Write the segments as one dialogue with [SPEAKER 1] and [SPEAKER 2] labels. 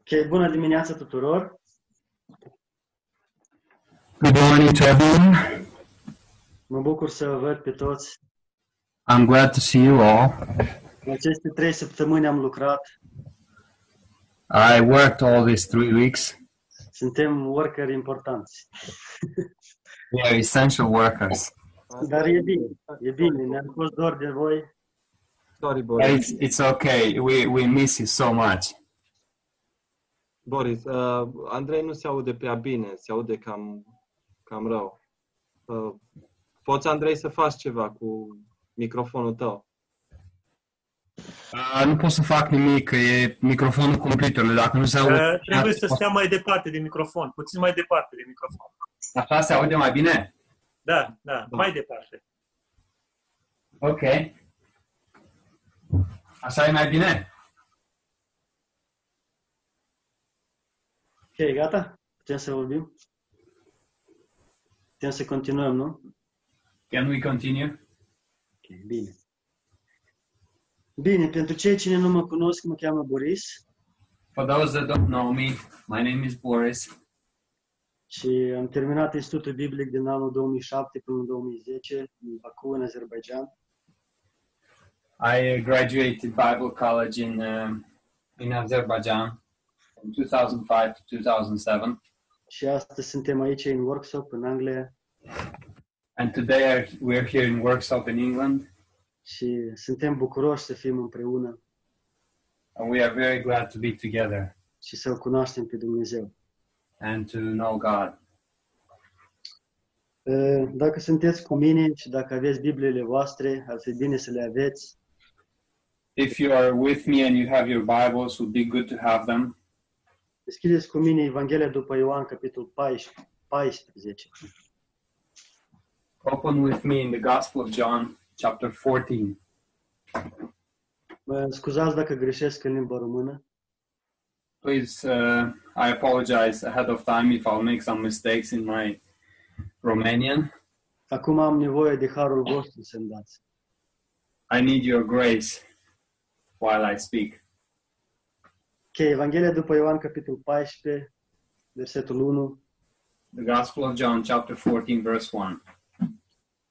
[SPEAKER 1] Ok, bună dimineața tuturor!
[SPEAKER 2] Good morning to everyone.
[SPEAKER 1] Mă bucur să vă văd pe toți.
[SPEAKER 2] I'm glad to see you all.
[SPEAKER 1] În aceste trei săptămâni am lucrat.
[SPEAKER 2] I worked all these three weeks.
[SPEAKER 1] Suntem workeri importanți.
[SPEAKER 2] We are essential workers.
[SPEAKER 1] Dar e bine, e bine. Ne-am fost dor de voi.
[SPEAKER 3] Sorry, Boris.
[SPEAKER 2] But it's, it's okay. We, we miss you so much.
[SPEAKER 3] Boris, uh, Andrei nu se aude prea bine, se aude cam, cam rău. Uh, poți, Andrei, să faci ceva cu microfonul tău?
[SPEAKER 2] Uh, nu pot să fac nimic, că e microfonul computerului. Dacă nu se aude,
[SPEAKER 4] Uh, trebuie
[SPEAKER 2] da.
[SPEAKER 4] să
[SPEAKER 2] Ah,
[SPEAKER 4] stea mai departe de microfon, puțin mai departe de microfon.
[SPEAKER 2] așa se aude mai bine?
[SPEAKER 4] Da, da, mai departe.
[SPEAKER 2] Ok. Așa e mai bine?
[SPEAKER 1] Ok, gata? Putem să vorbim? Putem să continuăm, nu?
[SPEAKER 2] Can we continue?
[SPEAKER 1] Ok, bine. Bine, pentru cei cine nu mă cunosc, mă cheamă Boris
[SPEAKER 2] For those that don't know me, my name is Boris.
[SPEAKER 1] și am terminat Institutul Biblic din anul 2007 până în 2010 în Baku, în Azerbaijan.
[SPEAKER 2] I graduated Bible College in, um, in Azerbaijan from 2005 to 2007.
[SPEAKER 1] Și astăzi suntem aici în workshop în Anglia
[SPEAKER 2] And today I, we're here in workshop in England,
[SPEAKER 1] și suntem bucuroși să fim împreună
[SPEAKER 2] and we are very glad to be together
[SPEAKER 1] și să-L cunoaștem pe Dumnezeu.
[SPEAKER 2] and to know God.
[SPEAKER 1] Uh, Dacă sunteți cu mine și dacă aveți Bibliile voastre, ar fi bine să le aveți.
[SPEAKER 2] If you are with me and you have your Bibles, it would be good to have them.
[SPEAKER 1] Deschideți cu mine Evanghelia după Ioan, capitolul 14. 14.
[SPEAKER 2] Open with me in the Gospel of John, chapter 14.
[SPEAKER 1] Mă scuzați dacă greșesc în limba română.
[SPEAKER 2] Please, uh, I apologize ahead of time if I'll make some mistakes in my Romanian.
[SPEAKER 1] Acum am nevoie de harul vostru să-mi dați.
[SPEAKER 2] I need your grace while I speak.
[SPEAKER 1] Ok, Evanghelia după Ioan, capitolul 14, versetul 1.
[SPEAKER 2] The Gospel of John, chapter 14, verse 1.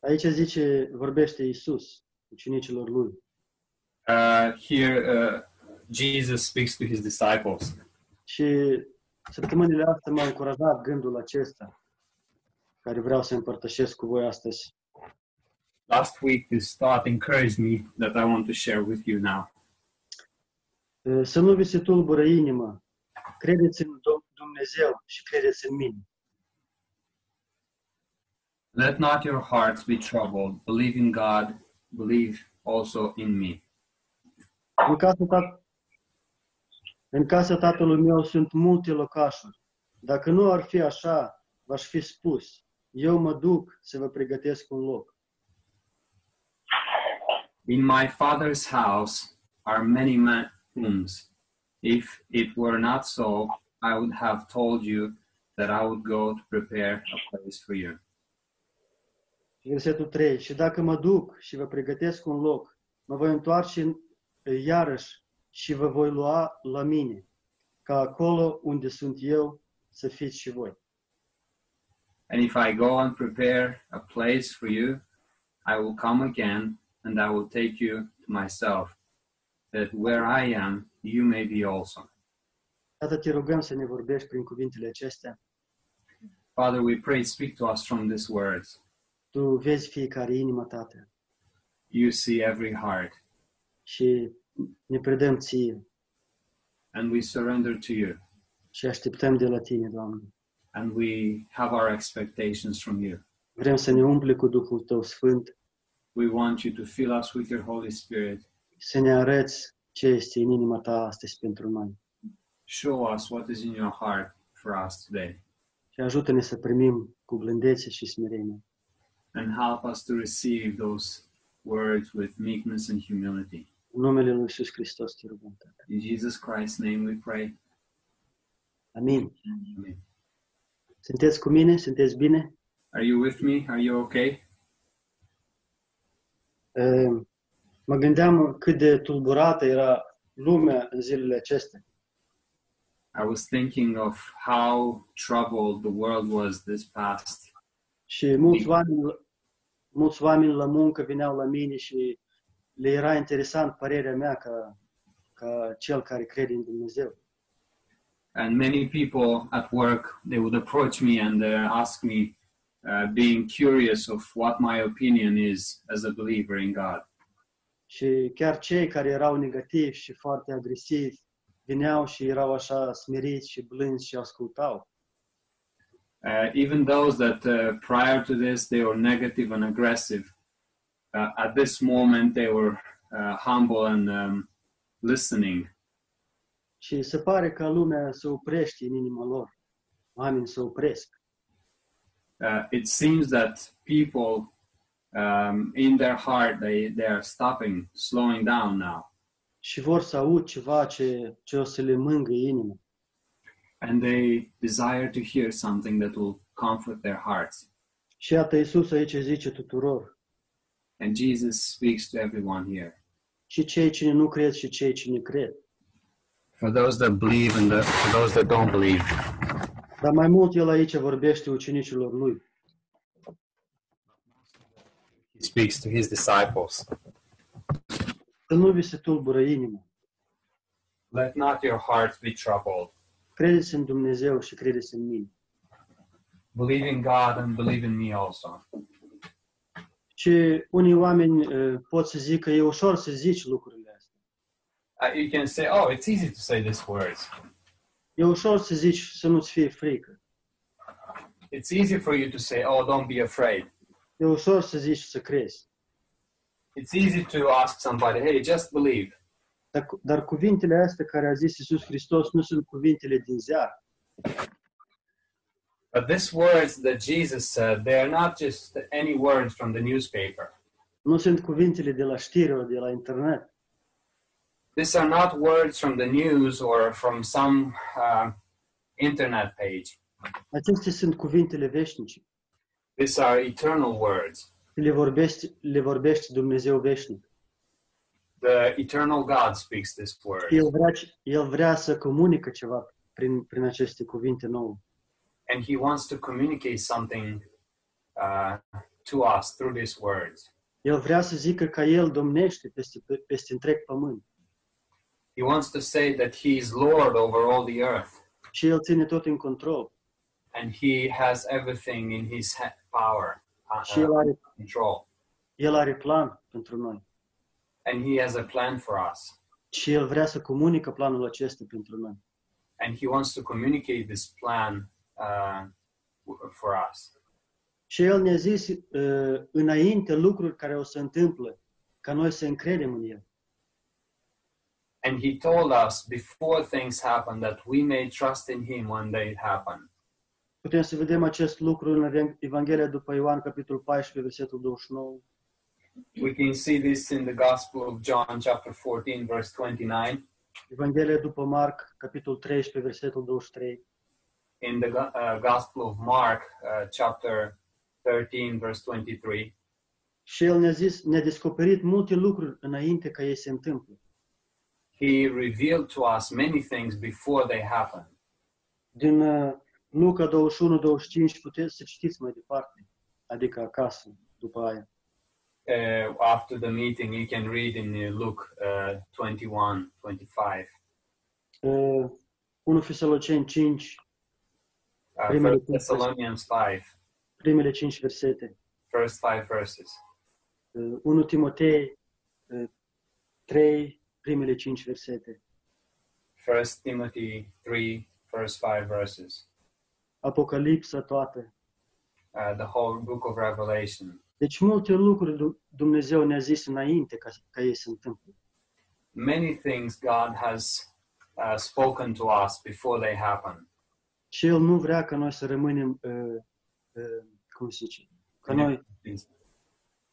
[SPEAKER 1] Aici zice, vorbește Iisus, ucenicilor lui.
[SPEAKER 2] Uh, here, uh, Jesus speaks to his disciples.
[SPEAKER 1] Și săptămânile astea m-a încurajat gândul acesta, care vreau să împărtășesc cu voi astăzi.
[SPEAKER 2] last week this thought encouraged me that I want to share with you now.
[SPEAKER 1] Uh, Să nu vi se tulbură inima. Credeți în Dom- Dumnezeu și credeți în mine.
[SPEAKER 2] Let not your hearts be troubled. Believe in God, believe also in me.
[SPEAKER 1] În casa, ta... în casa tatălui meu sunt multe locașuri. Dacă nu ar fi așa, v-aș fi spus. Eu mă duc să vă pregătesc un loc.
[SPEAKER 2] In my Father's house are many ma- rooms. If it were not so, I would have told you that I would go to prepare a place for you.
[SPEAKER 1] Versetul 3. Și dacă mă duc și vă pregătesc un loc, mă voi întoarce în- eh, iarăși și vă voi lua la mine, ca acolo unde sunt eu să fiți și voi.
[SPEAKER 2] And if I go and prepare a place for you, I will come again and I will take you to myself, that where I am, you may be also.
[SPEAKER 1] Tată, te rugăm să ne vorbești prin cuvintele acestea.
[SPEAKER 2] Father, we pray, speak to us from these words.
[SPEAKER 1] Tu vezi fiecare inimă, Tată,
[SPEAKER 2] You see every heart,
[SPEAKER 1] și ne predăm ție
[SPEAKER 2] and we surrender to you,
[SPEAKER 1] și așteptăm de la tine, Doamne.
[SPEAKER 2] and we have our expectations from you.
[SPEAKER 1] Vrem să ne umple cu Duhul tău Sfânt,
[SPEAKER 2] We want you to fill us with your Holy Spirit.
[SPEAKER 1] să ne arăți ce este în inima ta astăzi pentru noi.
[SPEAKER 2] Show us what is in your heart for us today,
[SPEAKER 1] Și ajută-ne să primim cu blândețe și smerenie.
[SPEAKER 2] and help us to receive those words with meekness and humility.
[SPEAKER 1] În numele Lui Iisus Hristos te rugăm, Tată.
[SPEAKER 2] In Jesus Christ's name we pray.
[SPEAKER 1] Amin.
[SPEAKER 2] Amen.
[SPEAKER 1] Sunteți cu mine? Sunteți bine?
[SPEAKER 2] Are you with me? Are you okay?
[SPEAKER 1] Uh, Mă gândeam cât de tulburată era lumea în zilele acestea.
[SPEAKER 2] I was thinking of how troubled the world was this past
[SPEAKER 1] Și mulți oameni, mulți oameni la muncă veneau la mine și le era interesant părerea mea ca, ca cel care crede în Dumnezeu.
[SPEAKER 2] and many people at work they would approach me and uh, ask me uh, being curious of what my opinion is as a believer in god
[SPEAKER 1] Și chiar cei care erau negativi și foarte agresivi veneau și erau așa smeriți și blânzi și ascultau.
[SPEAKER 2] uh, even those that uh, prior to this they were negative and aggressive uh, at this moment they were uh, humble and um, listening
[SPEAKER 1] Și se pare că lumea se oprește în inima lor. Oamenii se opresc.
[SPEAKER 2] uh, it seems that people um, in their heart they, they are stopping slowing down now
[SPEAKER 1] și vor să aud ceva ce, ce o să le mângâie inima.
[SPEAKER 2] and they desire to hear something that will comfort their hearts
[SPEAKER 1] Și iată, Iisus aici zice tuturor,
[SPEAKER 2] and jesus speaks to everyone here
[SPEAKER 1] și cei cine nu cred și cei cine cred.
[SPEAKER 5] For those that believe and the, for those that don't believe.
[SPEAKER 1] Dar mai mult El aici vorbește ucenicilor Lui.
[SPEAKER 5] He speaks to his disciples.
[SPEAKER 1] Să nu vi se tulbură inima.
[SPEAKER 2] let not your hearts be troubled
[SPEAKER 1] Credeți în Dumnezeu și credeți în mine.
[SPEAKER 2] believe in god and believe in me also
[SPEAKER 1] Și unii oameni eh, pot să zică, e ușor să zici lucrurile astea.
[SPEAKER 2] uh, you can say oh it's easy to say these words
[SPEAKER 1] E ușor să zici să nu-ți fie frică.
[SPEAKER 2] it's easy for you to say oh don't be afraid
[SPEAKER 1] E ușor să zici să crezi.
[SPEAKER 2] it's easy to ask somebody hey just believe
[SPEAKER 1] Dar, cu- dar cuvintele astea care a zis Iisus Hristos nu sunt cuvintele din ziar.
[SPEAKER 2] But these words that Jesus said, they are not just any words from the newspaper.
[SPEAKER 1] Nu sunt cuvintele de la știri, de la internet.
[SPEAKER 2] These are not words from the news or from some uh, internet page.
[SPEAKER 1] Acestea sunt cuvintele veșnice.
[SPEAKER 2] These are eternal words.
[SPEAKER 1] Le vorbește, le vorbește Dumnezeu veșnic.
[SPEAKER 2] The eternal God speaks this word,
[SPEAKER 1] El vrea, El vrea să comunică ceva prin, prin aceste cuvinte nouă.
[SPEAKER 2] and He wants to communicate something uh, to us through these words.
[SPEAKER 1] El vrea să zică că El domnește peste, peste întreg pământ
[SPEAKER 2] He wants to say that He is Lord over all the earth,
[SPEAKER 1] și El ține tot în control
[SPEAKER 2] and He has everything in His ha- power, uh,
[SPEAKER 1] și El are,
[SPEAKER 2] control,
[SPEAKER 1] el are plan pentru noi
[SPEAKER 2] and He has a plan for us.
[SPEAKER 1] și El vrea să comunică planul acesta pentru noi.
[SPEAKER 2] and he wants to communicate this plan uh, w- for us.
[SPEAKER 1] Și El ne-a zis uh, înainte lucruri care o să întâmplă, ca noi să încredem în El.
[SPEAKER 2] And he told us before things happen that we may trust in him when they happen.
[SPEAKER 1] Putem să vedem acest lucru în Evanghelia după Ioan, capitolul 14, versetul 29.
[SPEAKER 2] We can see this in the Gospel of John, chapter 14, verse 29,
[SPEAKER 1] Evanghelia după Marc, capitolul 13, versetul 23,
[SPEAKER 2] in the Go- uh, Gospel of Mark, uh, chapter 13, verse 23.
[SPEAKER 1] și el ne-a zis, ne-a descoperit multe lucruri înainte ca ei se întâmplă.
[SPEAKER 2] He revealed to us many things before they happen.
[SPEAKER 1] Din uh, Luca 21, 25 puteți să citiți mai departe, adică acasă, după aia.
[SPEAKER 2] Uh, after the meeting, you can read in uh, Luke uh, 21, 25.
[SPEAKER 1] Uh, 1 Fisaloceni 5,
[SPEAKER 2] Uh,
[SPEAKER 1] Primele
[SPEAKER 2] First
[SPEAKER 1] cinci
[SPEAKER 2] Thessalonians 5,
[SPEAKER 1] primele 5 versete,
[SPEAKER 2] first five verses.
[SPEAKER 1] uh, 1 Timotei uh, 3, primele 5 versete,
[SPEAKER 2] First Timothy 3, first five verses.
[SPEAKER 1] Apocalipsa toată.
[SPEAKER 2] Uh, the whole book of Revelation.
[SPEAKER 1] Deci multe lucruri Du- Dumnezeu ne-a zis înainte ca, ca ei se întâmplă.
[SPEAKER 2] Many things God has uh, spoken to us before they happen.
[SPEAKER 1] Și El nu vrea ca noi să rămânem, uh, uh, cum se zice, ca noi,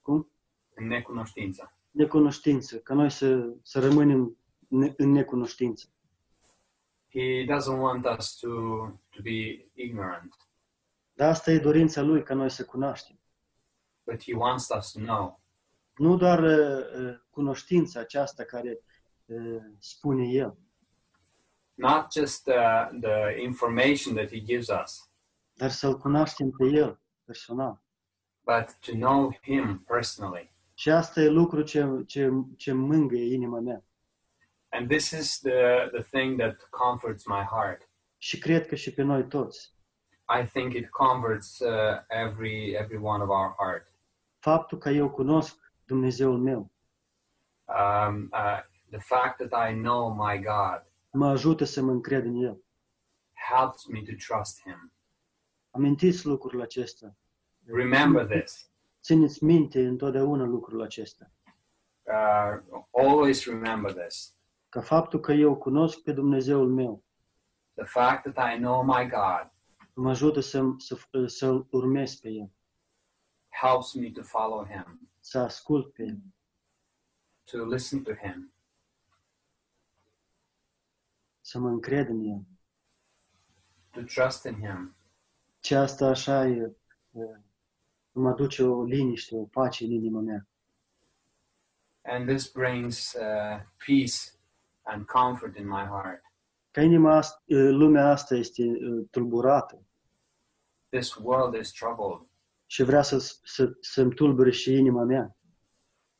[SPEAKER 1] cum?
[SPEAKER 2] În necunoștință.
[SPEAKER 1] Necunoștință, ca noi să, să rămânem ne, în necunoștință.
[SPEAKER 2] He doesn't want us to, to be ignorant,
[SPEAKER 1] Dar asta e dorința Lui, ca noi să cunoaștem.
[SPEAKER 2] but He wants us to know.
[SPEAKER 1] Nu doar uh, uh, cunoștința aceasta care uh, spune El,
[SPEAKER 2] not just the, the information that he gives us,
[SPEAKER 1] dar să-L cunoaștem pe El personal.
[SPEAKER 2] but to know him personally.
[SPEAKER 1] Și asta e lucru ce, ce, ce mângâie inima mea.
[SPEAKER 2] And this is the, the thing that comforts my heart.
[SPEAKER 1] Și cred că și pe noi toți.
[SPEAKER 2] I think it converts uh, every every one of our heart.
[SPEAKER 1] Faptul că eu cunosc Dumnezeul meu
[SPEAKER 2] Um, uh, the fact that I know my God
[SPEAKER 1] mă ajută să mă încred în El.
[SPEAKER 2] helps me to trust Him.
[SPEAKER 1] Amintiți lucrul acesta.
[SPEAKER 2] Remember this.
[SPEAKER 1] Țineți minte întotdeauna lucrul acesta.
[SPEAKER 2] Uh, always remember this.
[SPEAKER 1] Că faptul că eu cunosc pe Dumnezeul meu
[SPEAKER 2] The fact that I know my God
[SPEAKER 1] mă ajută să, să, să-L urmez pe El,
[SPEAKER 2] helps me to follow Him,
[SPEAKER 1] să ascult pe El.
[SPEAKER 2] to listen to Him,
[SPEAKER 1] să mă încred în el.
[SPEAKER 2] to trust in Him.
[SPEAKER 1] Ce asta așa e, e, îmi aduce o liniște, o pace în inima mea.
[SPEAKER 2] And this brings uh, peace and comfort in my heart.
[SPEAKER 1] Că inima, ast- e, lumea asta este e, tulburată
[SPEAKER 2] This world is troubled,
[SPEAKER 1] și vrea să, să, să-mi tulbure și inima mea.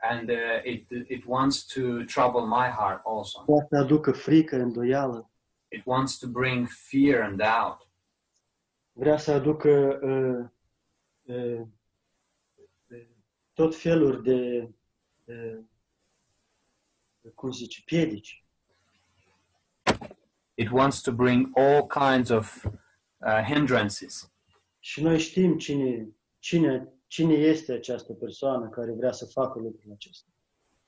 [SPEAKER 2] and uh, it it wants to trouble my heart also.
[SPEAKER 1] Poate să aducă frică, îndoială,
[SPEAKER 2] It wants to bring fear and doubt.
[SPEAKER 1] vrea să aducă e, e, e, tot felul de, e, cum se zice, piedici.
[SPEAKER 2] It wants to bring all kinds of uh, hindrances.
[SPEAKER 1] Și noi știm cine, cine, cine este această persoană care vrea să facă lucrul acesta.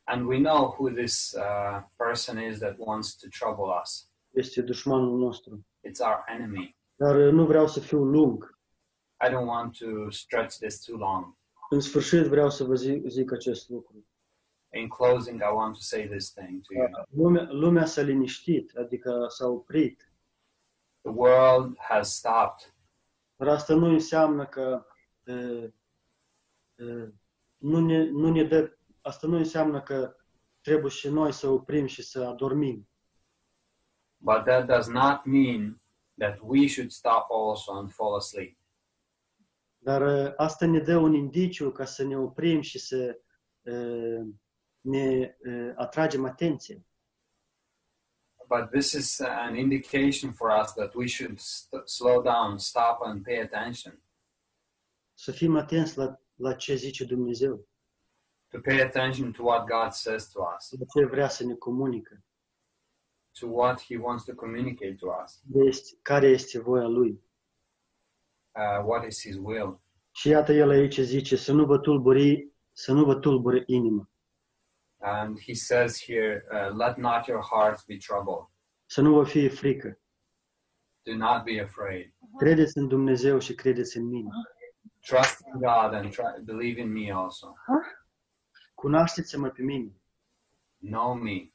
[SPEAKER 2] And we know who this uh, person is that wants to trouble us.
[SPEAKER 1] este dușmanul nostru.
[SPEAKER 2] It's our enemy.
[SPEAKER 1] Dar uh, nu vreau să fiu lung.
[SPEAKER 2] I don't want to stretch this too long.
[SPEAKER 1] În sfârșit vreau să vă zic, zic acest lucru.
[SPEAKER 2] In closing, I want to say this thing to you.
[SPEAKER 1] Lumea, lumea s-a liniștit, adică s-a oprit.
[SPEAKER 2] The world has stopped,
[SPEAKER 1] Dar asta nu înseamnă că uh, uh, nu ne, nu ne dă, asta nu înseamnă că trebuie și noi să oprim și să adormim.
[SPEAKER 2] but that does not mean that we should stop also and fall asleep.
[SPEAKER 1] Dar uh, asta ne dă un indiciu ca să ne oprim și să uh, ne uh, atragem atenție.
[SPEAKER 2] But this is an indication for us that we should st- slow down, stop, and pay attention.
[SPEAKER 1] Să fim atenți la, la ce zice Dumnezeu.
[SPEAKER 2] to pay attention to what God says to us,
[SPEAKER 1] la ce vrea să ne comunică,
[SPEAKER 2] to what He wants to communicate to us,
[SPEAKER 1] de este, care este voia Lui.
[SPEAKER 2] uh, what is His will.
[SPEAKER 1] Și iată el aici zice să nu vă tulburi, să nu vă tulbure inima,
[SPEAKER 2] And He says here, uh, Let not your hearts be troubled.
[SPEAKER 1] să nu vă fie frică.
[SPEAKER 2] Do not be afraid.
[SPEAKER 1] Credeți în Dumnezeu și credeți în mine.
[SPEAKER 2] Trust in God and try- believe in me also.
[SPEAKER 1] Cunoașteți-mă pe mine,
[SPEAKER 2] Know me.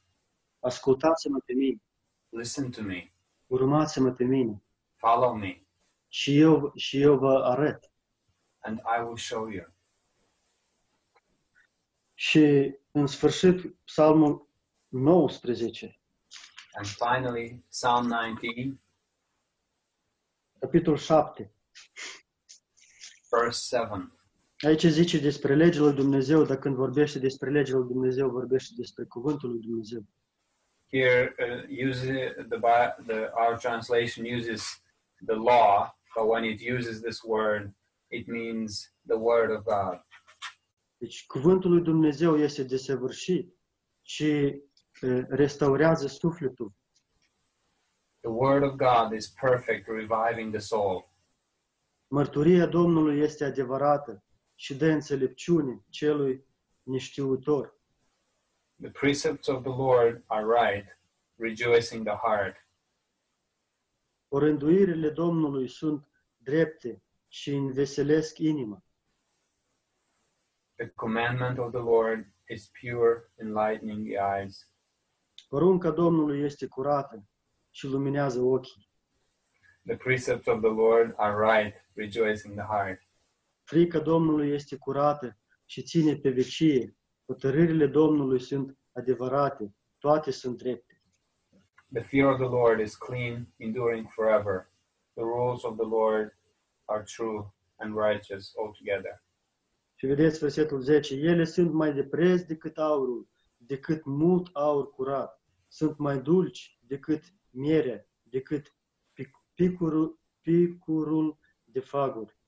[SPEAKER 1] ascultați-mă pe mine,
[SPEAKER 2] Listen to me.
[SPEAKER 1] urmați-mă pe mine
[SPEAKER 2] Follow me.
[SPEAKER 1] și eu, și eu vă arăt.
[SPEAKER 2] And I will show you.
[SPEAKER 1] Și în sfârșit, Psalmul 19,
[SPEAKER 2] And finally, Psalm 19,
[SPEAKER 1] capitolul 7.
[SPEAKER 2] verse 7.
[SPEAKER 1] Aici zice despre legile lui Dumnezeu, dar când vorbește despre legile lui Dumnezeu, vorbește despre cuvântul lui Dumnezeu.
[SPEAKER 2] Here, uh, uses the, Bi- the our translation uses the law, but when it uses this word, it means the word of God.
[SPEAKER 1] Deci cuvântul lui Dumnezeu este desăvârșit și e, restaurează sufletul.
[SPEAKER 2] The word of God is perfect, reviving the soul.
[SPEAKER 1] Mărturia Domnului este adevărată și dă înțelepciune celui neștiutor.
[SPEAKER 2] The precepts of the Lord are right, rejoicing the heart.
[SPEAKER 1] Orânduirile Domnului sunt drepte și înveselesc inima.
[SPEAKER 2] The commandment of the Lord is pure, enlightening the eyes.
[SPEAKER 1] Porunca Domnului este curată și luminează ochii.
[SPEAKER 2] The precepts of the Lord are right, rejoicing the heart.
[SPEAKER 1] Frica Domnului este curată și ține pe vecie. Hotărârile Domnului sunt adevărate, toate sunt drepte.
[SPEAKER 2] The fear of the Lord is clean, enduring forever. The rules of the Lord are true and righteous altogether.
[SPEAKER 1] Și vedeți versetul 10. Ele sunt mai de preț decât aurul, decât mult aur curat. Sunt mai dulci decât miere, decât pic- picurul, picurul de faguri.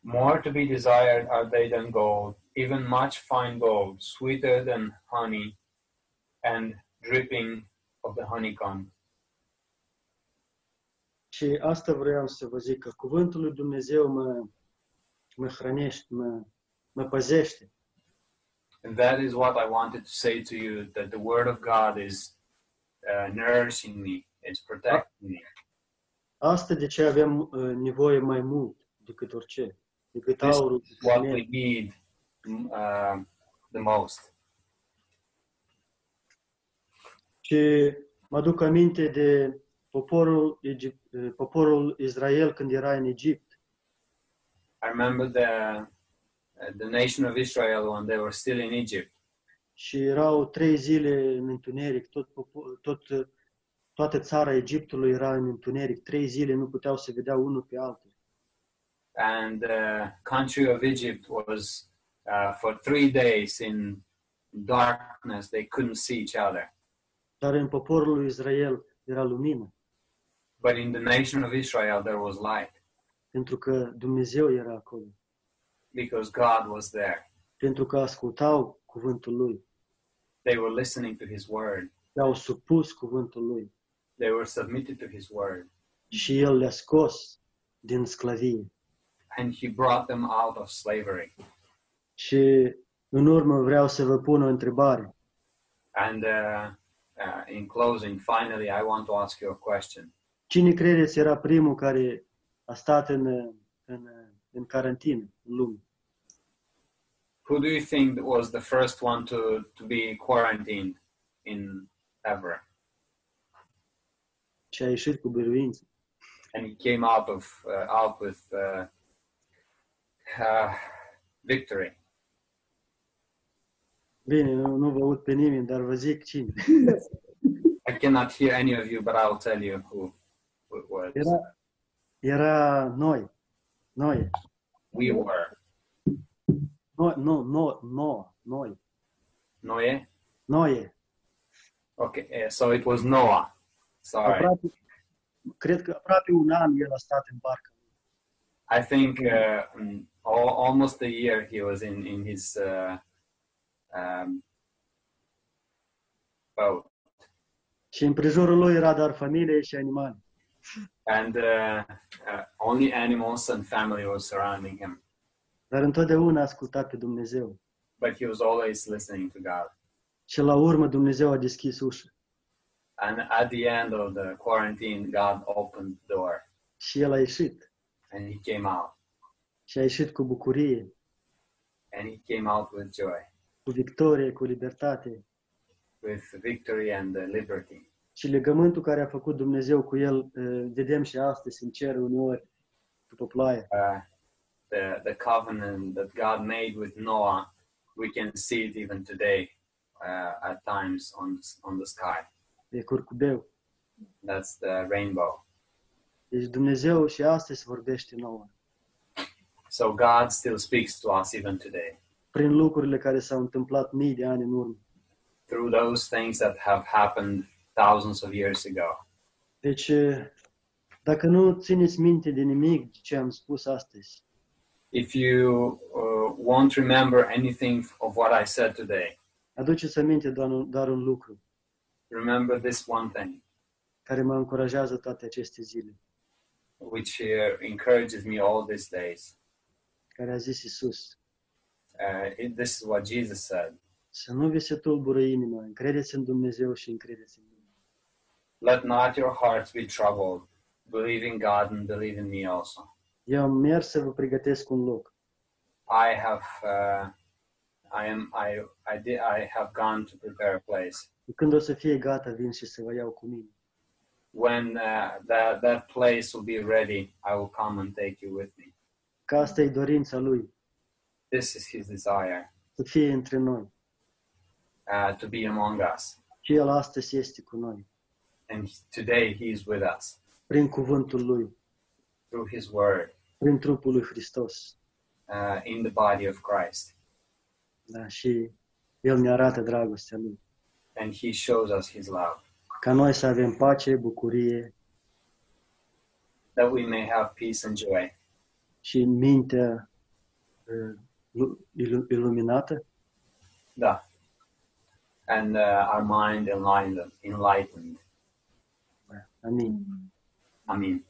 [SPEAKER 2] More to be desired are they than gold, even much fine gold, sweeter than honey and dripping of the honeycomb.
[SPEAKER 1] Și asta vreau să vă zic, că cuvântul lui Dumnezeu mă, mă hrănește, mă, mă păzește.
[SPEAKER 2] And that is what I wanted to say to you that the Word of God is uh, nourishing me, it's protecting me.
[SPEAKER 1] Asta de ce avem uh, nevoie mai mult decât orice, decât
[SPEAKER 2] This
[SPEAKER 1] aurul.
[SPEAKER 2] is what we need um the most.
[SPEAKER 1] Și mă aduc aminte de poporul, Egip, uh, poporul Israel când era în Egipt.
[SPEAKER 2] I remember the uh, the nation of Israel when they were still in Egypt,
[SPEAKER 1] Și erau trei zile în întuneric, tot, popo- tot, uh, toată țara Egiptului era în întuneric. Trei zile nu puteau să vedea unul pe altul.
[SPEAKER 2] and the country of Egypt was uh, for three days in darkness. They couldn't see each other,
[SPEAKER 1] Dar în poporul lui Israel era lumină,
[SPEAKER 2] but in the nation of Israel there was light
[SPEAKER 1] pentru că Dumnezeu era acolo,
[SPEAKER 2] because God was there.
[SPEAKER 1] pentru că ascultau cuvântul lui,
[SPEAKER 2] They were listening to His word.
[SPEAKER 1] le-au supus cuvântul lui
[SPEAKER 2] They were submitted to His word,
[SPEAKER 1] și el le-a scos din sclavie.
[SPEAKER 2] and He brought them out of slavery.
[SPEAKER 1] Și în urmă vreau să vă pun o întrebare.
[SPEAKER 2] And uh, uh, in closing, finally, I want to ask you a question.
[SPEAKER 1] Cine credeți era primul care a stat în, în, în carantină în lume?
[SPEAKER 2] who do you think was the first one to, to be quarantined in ever
[SPEAKER 1] Și a ieșit cu biruință.
[SPEAKER 2] and he came out of uh, out with uh, uh, victory
[SPEAKER 1] Bine, nu, nu vă aud pe nimeni, dar vă zic cine.
[SPEAKER 2] i cannot hear any of you but i'll tell you who, who it was
[SPEAKER 1] Era, era noi. Noi.
[SPEAKER 2] we were
[SPEAKER 1] Noi, nu, no, no, noi.
[SPEAKER 2] noe
[SPEAKER 1] Noi.
[SPEAKER 2] okay uh, so it was noah sorry
[SPEAKER 1] Aproape, cred că aproape un an el a stat în barcă.
[SPEAKER 2] i think uh, mm, al- almost a year he was in in his uh, um, boat
[SPEAKER 1] Și în prejurul lui era doar familie și animale.
[SPEAKER 2] and uh, uh, only animals and family was surrounding him.
[SPEAKER 1] Dar întotdeauna a ascultat pe Dumnezeu.
[SPEAKER 2] But he was always listening to God.
[SPEAKER 1] Și la urmă Dumnezeu a deschis ușa.
[SPEAKER 2] And at the end of the quarantine, God opened the door
[SPEAKER 1] Și el a ieșit.
[SPEAKER 2] and he came out
[SPEAKER 1] Și a ieșit cu bucurie.
[SPEAKER 2] and he came out with joy,
[SPEAKER 1] cu victorie, cu libertate
[SPEAKER 2] with victory and uh, liberty.
[SPEAKER 1] și legământul care a făcut Dumnezeu cu el, eh, vedem și astăzi în cer uneori după ploaie.
[SPEAKER 2] Uh, the, the covenant that God made with Noah, we can see it even today uh, at times on, on the sky.
[SPEAKER 1] de curcubeu.
[SPEAKER 2] That's the rainbow.
[SPEAKER 1] Deci Dumnezeu și astăzi vorbește nouă,
[SPEAKER 2] So God still speaks to us even today.
[SPEAKER 1] prin lucrurile care s-au întâmplat mii de ani în urmă.
[SPEAKER 2] through those things that have happened thousands of years ago.
[SPEAKER 1] Deci, eh, dacă nu țineți minte de nimic de ce am spus astăzi,
[SPEAKER 2] If you uh, won't remember anything of what I said today,
[SPEAKER 1] aduceți aminte doar un, doar un lucru
[SPEAKER 2] remember this one thing,
[SPEAKER 1] care mă încurajează toate aceste zile,
[SPEAKER 2] which uh, encourages me all these days.
[SPEAKER 1] care a zis Isus:
[SPEAKER 2] Uh, it- this is what Jesus said
[SPEAKER 1] Să nu vi se tulbură inima, încredeți în Dumnezeu și încredeți în mine.
[SPEAKER 2] Let not your hearts be troubled. Believe in God and believe in me also.
[SPEAKER 1] Eu am mers să vă pregătesc un loc.
[SPEAKER 2] I have. Uh, I am. I. I did. I have gone to prepare a place.
[SPEAKER 1] Când o să fie gata, vin și să vă iau cu mine.
[SPEAKER 2] When uh, that that place will be ready, I will come and take you with me.
[SPEAKER 1] Că asta e dorința lui,
[SPEAKER 2] This is his desire
[SPEAKER 1] să fie între noi
[SPEAKER 2] uh, to be among us.
[SPEAKER 1] și El astăzi este cu noi,
[SPEAKER 2] And today he is with us
[SPEAKER 1] prin cuvântul Lui,
[SPEAKER 2] through his word
[SPEAKER 1] prin trupul Lui Hristos.
[SPEAKER 2] uh, in the body of Christ.
[SPEAKER 1] Da? Și El ne arată dragostea Lui.
[SPEAKER 2] And he shows us his love
[SPEAKER 1] Ca noi să avem pace, bucurie
[SPEAKER 2] that we may have peace and joy
[SPEAKER 1] și mintea uh, lu- ilu- iluminată
[SPEAKER 2] da. and uh, our mind enlightened. enlightened.
[SPEAKER 1] Amin.
[SPEAKER 2] I mean,